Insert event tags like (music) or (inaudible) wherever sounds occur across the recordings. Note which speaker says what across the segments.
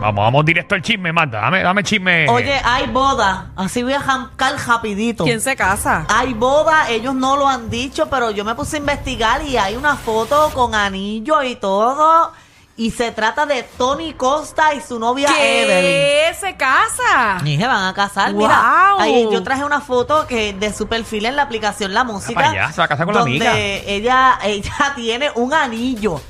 Speaker 1: Vamos, vamos directo al chisme, Marta. Dame, dame chisme.
Speaker 2: Oye, hay boda. Así voy a jancar rapidito.
Speaker 3: ¿Quién se casa?
Speaker 2: Hay boda, ellos no lo han dicho, pero yo me puse a investigar y hay una foto con anillo y todo. Y se trata de Tony Costa y su novia Evelyn.
Speaker 3: ¿Qué? ¿Se casa?
Speaker 2: Y se van a casar,
Speaker 3: Wow.
Speaker 2: mira. Ahí yo traje una foto que de su perfil en la aplicación La Música.
Speaker 1: Ah, para allá, se va a casar con la
Speaker 2: donde
Speaker 1: amiga.
Speaker 2: Ella, ella (laughs) tiene un anillo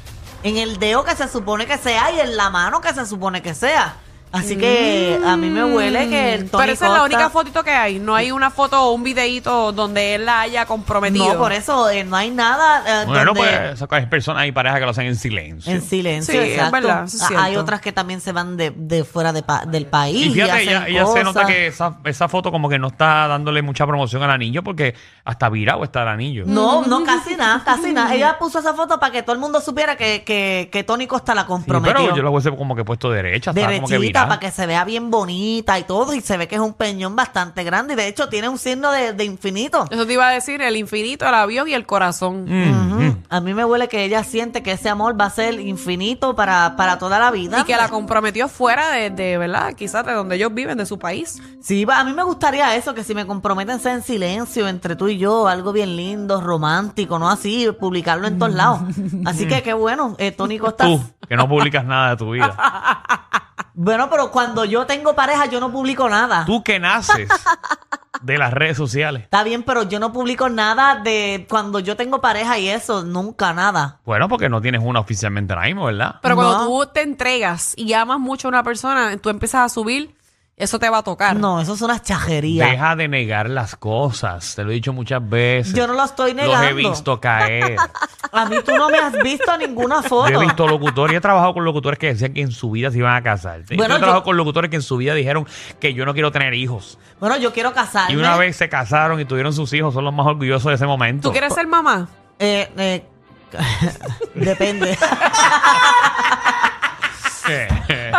Speaker 2: en el dedo que se supone que sea y en la mano que se supone que sea. Así que a mí me huele que el Tony
Speaker 3: Mm, Pero esa es la
Speaker 2: Costa-
Speaker 3: única fotito que hay. No hay una foto o un videíto donde él la haya comprometido.
Speaker 2: No, por eso eh, no hay nada eh,
Speaker 1: Bueno,
Speaker 2: donde-
Speaker 1: pues sacar personas y parejas que lo hacen en silencio.
Speaker 2: en silencio.
Speaker 3: Sí, es
Speaker 2: exacto.
Speaker 3: verdad, eso es
Speaker 2: Ah, hay
Speaker 3: cierto.
Speaker 2: otras que también se van de, de fuera de pa- del país.
Speaker 1: Y fíjate,
Speaker 2: hacen
Speaker 1: ella, ella se nota
Speaker 2: cosas.
Speaker 1: que esa, esa foto como que no está dándole mucha promoción al anillo porque hasta virado está el anillo.
Speaker 2: No,
Speaker 1: mm,
Speaker 2: no, casi nada, casi nada. Ella puso esa foto para que todo el mundo supiera que, que, que Tony Costa la
Speaker 1: Sí, pero
Speaker 2: comprometió.
Speaker 1: yo lo hubiese como que puesto derecha, está como que
Speaker 2: derechita
Speaker 1: virada.
Speaker 2: para que se vea bien bonita y todo. Y se ve que es un peñón bastante grande. Y de hecho tiene un signo de, de infinito.
Speaker 3: Eso te iba a decir, el infinito, el avión y el corazón.
Speaker 1: Mm, mm.
Speaker 2: A mí me huele que ella siente que ese amor va a ser infinito para, para toda la vida.
Speaker 3: Y que la comprometió fuera de, de, ¿verdad? Quizás de donde ellos viven, de su país.
Speaker 2: Sí, va- a mí me gustaría eso, que si me comprometen sea en silencio entre tú y yo, algo bien lindo, romántico, no así, publicarlo en todos
Speaker 1: (laughs)
Speaker 2: lados. Así que qué bueno, eh, Tony Costa.
Speaker 1: Tú, que no publicas nada de tu
Speaker 2: (laughs)
Speaker 1: vida.
Speaker 2: Bueno, pero cuando yo tengo pareja yo no publico nada.
Speaker 1: Tú que naces de las redes sociales.
Speaker 2: Está bien, pero yo no publico nada de cuando yo tengo pareja y eso, nunca nada.
Speaker 1: Bueno, porque no tienes una oficialmente ahora mismo, ¿verdad?
Speaker 3: Pero
Speaker 2: No.
Speaker 3: cuando tú te entregas y amas mucho a una persona, tú empiezas a subir, eso te va a tocar.
Speaker 2: No, eso es una chajería.
Speaker 1: Deja de negar las cosas. Te lo he dicho muchas veces.
Speaker 2: Yo no lo estoy
Speaker 1: Los he
Speaker 2: negando.
Speaker 1: visto
Speaker 2: (laughs)
Speaker 1: caer.
Speaker 2: A mí tú no me has visto
Speaker 1: (laughs)
Speaker 2: ninguna
Speaker 1: Yo he
Speaker 2: foto.
Speaker 1: visto locutores, yo he trabajado con locutores que decían que en su vida se iban a casar. Yo he
Speaker 2: Bueno, yo-
Speaker 1: trabajado con locutores que en su vida dijeron que yo no quiero tener hijos.
Speaker 2: Bueno, yo quiero casarme.
Speaker 1: Y una vez se casaron y tuvieron sus hijos, son los más orgullosos de ese momento.
Speaker 3: ¿Tú quieres ser mamá?
Speaker 2: Eh, eh, (laughs)
Speaker 1: (laughs)
Speaker 2: depende.
Speaker 1: (laughs)
Speaker 2: (laughs)
Speaker 1: Eh, eh,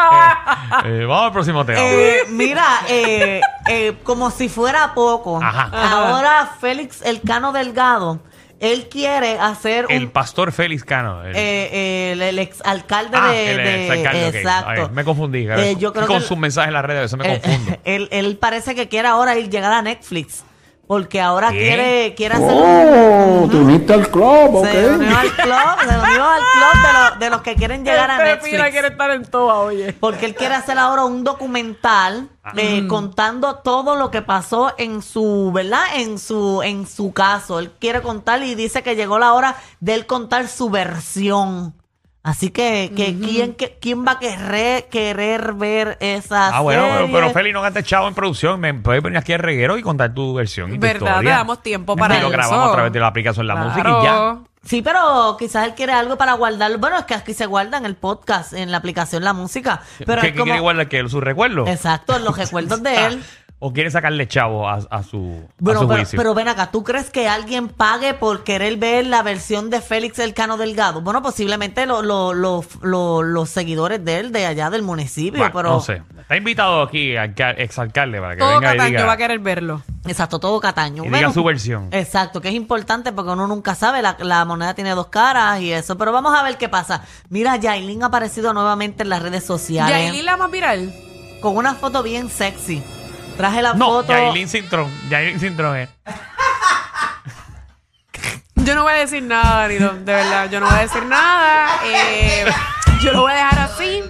Speaker 1: eh, vamos al próximo tema.
Speaker 2: Eh, mira, eh, eh, como si fuera poco.
Speaker 1: Ajá.
Speaker 2: Ahora Félix Elcano Delgado, él quiere hacer
Speaker 1: el
Speaker 2: un...
Speaker 1: pastor Félix Cano. el-
Speaker 2: eh, el, el exalcalde
Speaker 1: Ah,
Speaker 2: de,
Speaker 1: el
Speaker 2: de-
Speaker 1: exalcalde, ok. A
Speaker 2: exacto
Speaker 1: ver, me confundí. a ver,
Speaker 2: Eh, yo creo
Speaker 1: con
Speaker 2: que-
Speaker 1: sus mensajes en las redes, a veces me
Speaker 2: Eh, (laughs)
Speaker 1: confundo.
Speaker 2: él, él parece que quiere ahora ir llegar a Netflix porque ahora
Speaker 1: ¿Qué?
Speaker 2: quiere quiere hacer un-
Speaker 4: Oh, te uniste al club, ok.
Speaker 2: se unió al club se unió al club de, los- de los que
Speaker 3: Este
Speaker 2: quieren llegar a
Speaker 3: Pero mira,
Speaker 2: Netflix
Speaker 3: estar en toa, oye.
Speaker 2: porque él quiere hacer ahora un documental
Speaker 1: Ah.
Speaker 2: eh, contando todo lo que pasó en su, ¿verdad? En su, en su caso. Él quiere contar y dice que llegó la hora de él contar su versión. Así que, que ¿quién, que- quién va a querer, querer ver esa
Speaker 1: Ah, bueno, pero,
Speaker 2: serie?
Speaker 1: pero Félix no gastes chavo en producción. Me puedes venir aquí al reguero y contar tu versión y tu
Speaker 3: ¿Verdad?
Speaker 1: historia.
Speaker 3: Te damos tiempo para
Speaker 1: Y lo
Speaker 3: eso.
Speaker 1: grabamos a través de la aplicación La Música y ya.
Speaker 2: Sí, pero quizás él quiere algo para guardarlo. Bueno, es que aquí se guarda en el podcast, en la aplicación La Música. Pero
Speaker 1: ¿Qué,
Speaker 2: es
Speaker 1: qué
Speaker 2: como...
Speaker 1: quiere guardar? Ah. que ¿Sus recuerdos?
Speaker 2: Exacto, en los recuerdos de él.
Speaker 1: ¿O quiere sacarle chavo a, a su, a
Speaker 2: Bueno,
Speaker 1: su
Speaker 2: pero,
Speaker 1: juicio?
Speaker 2: pero ven acá, ¿tú crees que alguien pague por querer ver la versión de Félix Elcano Delgado? Bueno, posiblemente lo- lo- lo- lo- los seguidores de él, de allá del municipio,
Speaker 1: Bueno,
Speaker 2: pero...
Speaker 1: No sé. Está invitado aquí al ca- exalcalde para que
Speaker 3: Todo
Speaker 1: venga y
Speaker 3: Cataño
Speaker 1: diga,
Speaker 3: va a querer verlo.
Speaker 2: Exacto, todo Cataño.
Speaker 1: y diga su versión.
Speaker 2: Exacto, que es importante porque uno nunca sabe, la, la moneda tiene dos caras y eso, pero vamos a ver qué pasa. Mira, Yailin ha aparecido nuevamente en las redes sociales.
Speaker 3: Yailin la más viral.
Speaker 2: con una foto bien sexy. Traje la
Speaker 1: No,
Speaker 2: foto.
Speaker 1: Yailin Cintrón. Yailin Cintrón es.
Speaker 3: Yo no voy a decir nada, Danilo, de verdad, yo no voy a decir nada. Eh, yo lo voy a dejar así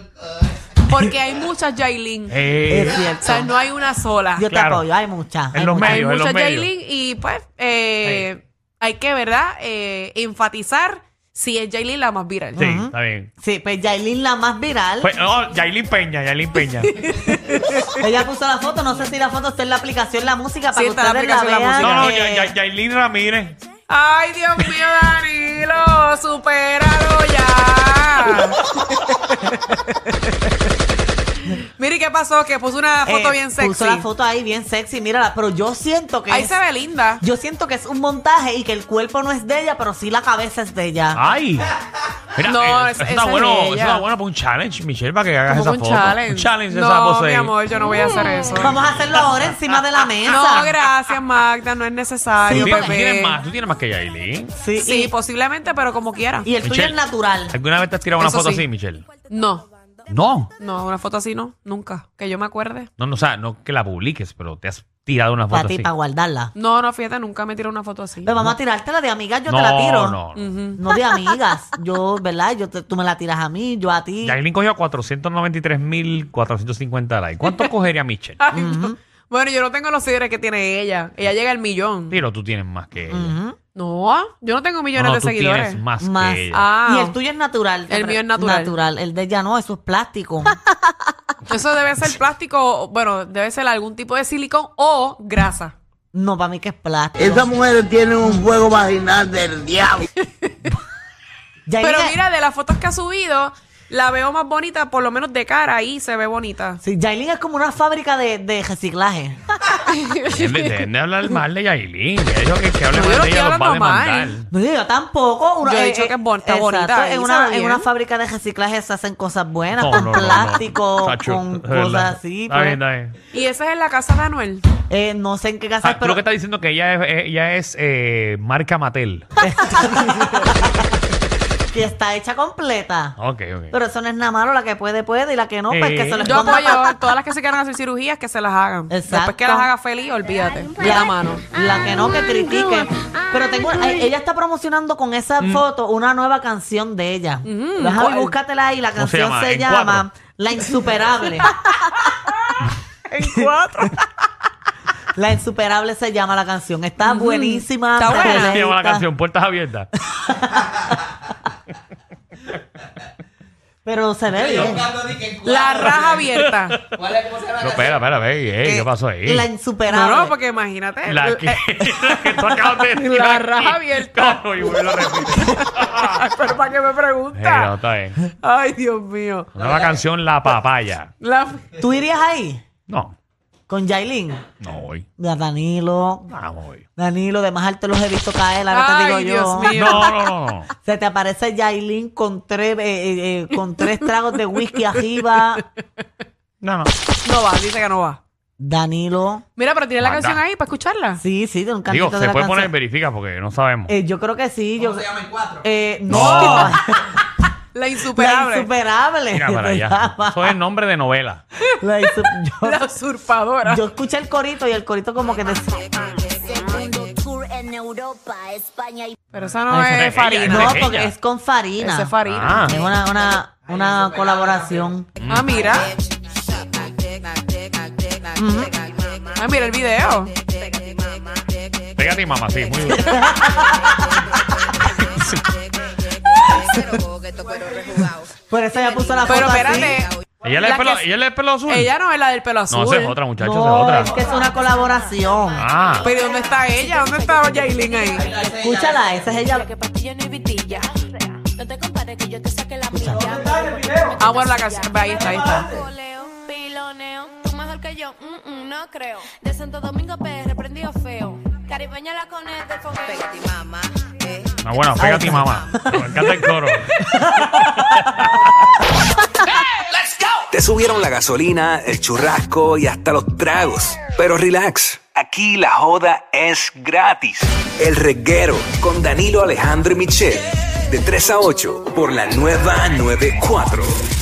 Speaker 3: porque hay muchas Jailin.
Speaker 1: Eh,
Speaker 2: Es
Speaker 3: O
Speaker 2: cierto.
Speaker 3: sea, no hay una sola.
Speaker 2: Yo te
Speaker 1: Claro.
Speaker 2: apoyo, hay muchas.
Speaker 1: En
Speaker 2: hay
Speaker 1: los
Speaker 2: muchas.
Speaker 3: Hay
Speaker 1: medios, en los
Speaker 3: muchas
Speaker 1: medios.
Speaker 3: Jailin y pues eh, hay que, ¿verdad? Eh, enfatizar si es Jailin la más viral.
Speaker 1: sí, está bien.
Speaker 2: Sí, pues Yailin la más viral.
Speaker 1: Pues, oh, Yailin Peña, Yailin Peña.
Speaker 2: Ella puso la foto, no sé si la foto está en la aplicación La Música para
Speaker 3: Sí,
Speaker 2: que
Speaker 3: está en la
Speaker 2: ustedes la,
Speaker 3: aplicación La
Speaker 2: vean.
Speaker 1: No, no,
Speaker 2: eh,
Speaker 1: Ya- Ya- Yailin Ramírez.
Speaker 3: Ay, Dios mío, Danilo, supéralo
Speaker 1: (laughs)
Speaker 3: ya. Mire qué pasó, que puso una foto
Speaker 2: eh,
Speaker 3: bien sexy.
Speaker 2: Puso la foto ahí bien sexy, mírala, pero yo siento que
Speaker 3: Ahí
Speaker 2: es,
Speaker 3: se ve linda.
Speaker 2: yo siento que es un montaje y que el cuerpo no es de ella, pero sí la cabeza es de ella.
Speaker 1: ¡Ay! Mira,
Speaker 3: No,
Speaker 1: eh,
Speaker 3: es-
Speaker 1: eso,
Speaker 3: esa
Speaker 1: está
Speaker 3: es
Speaker 1: bueno, eso
Speaker 3: ella.
Speaker 1: está bueno para un challenge, Michelle, para que hagas esa
Speaker 3: Como un
Speaker 1: foto.
Speaker 3: challenge.
Speaker 1: Un challenge de
Speaker 3: no,
Speaker 1: esa pose
Speaker 3: mi
Speaker 1: ahí.
Speaker 3: amor, yo no voy a hacer eso.
Speaker 2: Vamos a hacerlo ahora encima de la mesa.
Speaker 3: No, gracias, Magda, no es necesario,
Speaker 1: ¿Tú, tienes, tú tienes
Speaker 3: bebé.
Speaker 1: más, tú tienes más que Yailin.
Speaker 2: Sí,
Speaker 3: Sí,
Speaker 2: y-
Speaker 3: posiblemente, pero como quiera.
Speaker 2: y, el tuyo es
Speaker 1: Michelle.
Speaker 2: natural.
Speaker 1: ¿Alguna vez te has tirado una
Speaker 3: Eso
Speaker 1: foto
Speaker 3: sí.
Speaker 1: así, Michelle?
Speaker 3: No.
Speaker 1: No,
Speaker 3: No, una foto así no, nunca. Que yo me acuerde.
Speaker 1: no, no, o sea, no que la publiques, pero te has tirado una
Speaker 2: Para
Speaker 1: foto
Speaker 2: ti,
Speaker 1: así.
Speaker 2: para guardarla.
Speaker 3: No, no, fíjate, nunca me tiró una foto así.
Speaker 2: Pero vamos a tirártela de amigas, yo
Speaker 1: no,
Speaker 2: te la tiro.
Speaker 1: no, no.
Speaker 3: Ujú.
Speaker 2: No de amigas. Yo, ¿verdad? Yo te- tú me la tiras a mí, yo a ti.
Speaker 1: Jacqueline cogió 493.450 likes. ¿Cuánto cogería Michelle?
Speaker 3: Ay, no. Bueno, yo no tengo los seguidores que tiene ella. Ella llega al millón.
Speaker 1: Tiro, tú tienes más que ella.
Speaker 2: Ujú.
Speaker 3: No, ah, yo no tengo millones
Speaker 1: No, no,
Speaker 3: de
Speaker 1: tú
Speaker 3: seguidores.
Speaker 1: tienes más,
Speaker 2: Más.
Speaker 1: que ella.
Speaker 3: Ah,
Speaker 2: Y el tuyo es natural.
Speaker 3: El mío es natural.
Speaker 2: Natural. El de ella no, eso es plástico.
Speaker 3: eso debe ser plástico, bueno, debe ser algún tipo de silicón o grasa.
Speaker 2: No, para mí que es plástico.
Speaker 5: Esas mujeres tienen un juego vaginal del diablo.
Speaker 3: Pero
Speaker 2: Yailin-
Speaker 3: mira, de las fotos que ha subido, la veo más bonita, por lo menos de cara, ahí se ve bonita.
Speaker 2: Sí, Yailin es como una fábrica de, de reciclaje. (laughs)
Speaker 1: Dejen de- dejen de hablar mal de Yailin. De hecho, que, que hable
Speaker 3: No,
Speaker 1: mal
Speaker 3: yo no
Speaker 1: de
Speaker 3: estoy
Speaker 1: ella los va a
Speaker 3: hablando mal.
Speaker 1: demandar.
Speaker 2: No yo tampoco. Uno-
Speaker 3: Yo he dicho que es bon- está
Speaker 2: exacto,
Speaker 3: bonita,
Speaker 2: En
Speaker 3: y
Speaker 2: una,
Speaker 3: sabe
Speaker 2: en una
Speaker 3: bien.
Speaker 2: fábrica de reciclaje se hacen cosas buenas,
Speaker 1: No,
Speaker 2: con
Speaker 1: no, no, no.
Speaker 2: plástico,
Speaker 1: Chacho,
Speaker 2: con
Speaker 1: de verdad.
Speaker 2: cosas así.
Speaker 1: Está
Speaker 2: pues.
Speaker 1: bien, está bien.
Speaker 3: Y esa es en la casa de Anuel.
Speaker 2: Eh, no sé en qué
Speaker 1: Ah,
Speaker 2: casas,
Speaker 1: tú
Speaker 2: pero
Speaker 1: lo que está diciendo que ella es, ella es eh, marca Mattel.
Speaker 2: que está hecha completa.
Speaker 1: Ok, ok.
Speaker 2: Pero eso no es nada malo, la que puede, puede, y la que no, pues
Speaker 1: Eh.
Speaker 2: que se lo
Speaker 3: Yo
Speaker 2: esconda
Speaker 3: apoyo
Speaker 2: pa-
Speaker 3: a todas las que se quieran hacer cirugías que se las hagan.
Speaker 2: Exacto.
Speaker 3: Después que las haga feliz, olvídate. La
Speaker 2: (laughs)
Speaker 3: mano.
Speaker 2: La que no, que critique. Pero tengo, eh, ella está promocionando con esa
Speaker 1: Mm.
Speaker 2: foto una nueva canción de ella.
Speaker 3: Mm,
Speaker 2: Déjame
Speaker 3: ¿cuál?
Speaker 2: búscatela ahí. La
Speaker 1: ¿Cómo se
Speaker 2: canción
Speaker 1: llama?
Speaker 2: se
Speaker 1: ¿En
Speaker 2: llama
Speaker 1: cuatro?
Speaker 2: La
Speaker 3: (laughs)
Speaker 2: Insuperable.
Speaker 3: En cuatro.
Speaker 2: La Insuperable se llama la canción. Está buenísima.
Speaker 3: Está buena.
Speaker 1: Se llama la
Speaker 2: perfecta.
Speaker 1: canción Puertas Abiertas.
Speaker 2: Pero se ve bien.
Speaker 3: La raja abierta.
Speaker 1: No, espera, espera, ve. eh, ¿Qué pasó ahí?
Speaker 2: La
Speaker 1: La,
Speaker 2: Insuperable.
Speaker 3: No, no, porque imagínate. (laughs)
Speaker 1: que, (laughs) la que tú acabas de decir.
Speaker 3: Eh, La
Speaker 1: aquí.
Speaker 3: raja abierta.
Speaker 1: (laughs) No, no, y vuelvo a repetir.
Speaker 3: Pero para qué me
Speaker 1: Eh,
Speaker 3: pregunta.
Speaker 1: no, está bien.
Speaker 3: Ay, Dios mío.
Speaker 1: Nueva canción La Papaya.
Speaker 3: La-
Speaker 2: ¿Tú irías ahí?
Speaker 1: No,
Speaker 2: Con Jailin.
Speaker 1: no voy.
Speaker 2: Da- Danilo.
Speaker 1: No voy.
Speaker 2: Danilo, de más alto los he visto caer. Ahora te
Speaker 3: Ay,
Speaker 2: digo yo.
Speaker 3: Dios mío.
Speaker 1: No, no, no, no.
Speaker 2: Se te aparece Yailin con tres, eh, eh, eh, con tres tragos de whisky
Speaker 3: (laughs)
Speaker 2: arriba.
Speaker 1: No, no.
Speaker 3: No va, dice que no va.
Speaker 2: Danilo.
Speaker 3: Mira, pero tiene la
Speaker 1: Anda.
Speaker 3: canción ahí para escucharla.
Speaker 2: Sí, sí, de un cantito
Speaker 1: Digo,
Speaker 2: de
Speaker 1: se
Speaker 2: la
Speaker 1: puede poner
Speaker 2: canción.
Speaker 1: en verifica porque no sabemos.
Speaker 2: Eh, yo creo que sí. yo... se llama el cuatro? Eh, no.
Speaker 1: (laughs) No.
Speaker 3: La
Speaker 2: La
Speaker 3: insuperable.
Speaker 2: insuperable.
Speaker 1: Mira para
Speaker 2: se (laughs)
Speaker 1: allá.
Speaker 2: llama.
Speaker 1: Eso es nombre de novela.
Speaker 2: La insu- yo- (laughs)
Speaker 3: La usurpadora.
Speaker 2: Yo escuché el corito y el corito como que
Speaker 1: Ah,
Speaker 2: decía...
Speaker 6: Segundo tour en Europa, España y
Speaker 3: Pero esa no
Speaker 1: esa
Speaker 3: es
Speaker 1: es ella,
Speaker 3: farina.
Speaker 2: No,
Speaker 1: ella.
Speaker 2: porque es con Farina.
Speaker 3: Esa es farina.
Speaker 1: Ah,
Speaker 2: Es una, una, una colaboración.
Speaker 3: Ah, mira.
Speaker 1: mm.
Speaker 3: Ah, mira el video.
Speaker 1: pégate y mamá, sí, muy bien.
Speaker 2: Por eso ella puso la foto
Speaker 3: Pero
Speaker 2: así.
Speaker 3: espérate.
Speaker 1: Ella le
Speaker 3: La
Speaker 1: es pelo,
Speaker 3: que-
Speaker 1: ella le es pelo azul.
Speaker 3: Ella no es la del pelo
Speaker 1: no,
Speaker 3: azul.
Speaker 1: esa es otra, muchacha, esa
Speaker 2: No,
Speaker 1: es
Speaker 2: es
Speaker 1: otra.
Speaker 2: que es una colaboración.
Speaker 1: Ah,
Speaker 3: Pero ¿y ¿dónde está ella? ¿Dónde está Jailin ahí?
Speaker 2: Escúchala, esa es ella.
Speaker 6: que pastillo no hay vitilla. No te compares que yo te saque la milla.
Speaker 3: Ah, bueno, la canción. Ahí está, ahí está.
Speaker 6: Coleo, piloneo, tú mejor que yo, mm, mm, no creo. De Santo Domingo PR, prendido feo. Caribeña la conecta con Pégate, mamá.
Speaker 1: no, bueno, pégate y mamá. Me encanta el coro.
Speaker 7: Te subieron la gasolina, el churrasco y hasta los tragos. Pero relax, aquí la joda es gratis. El reguero con Danilo Alejandro y Michel. De 3 a 8 por la nueva 94.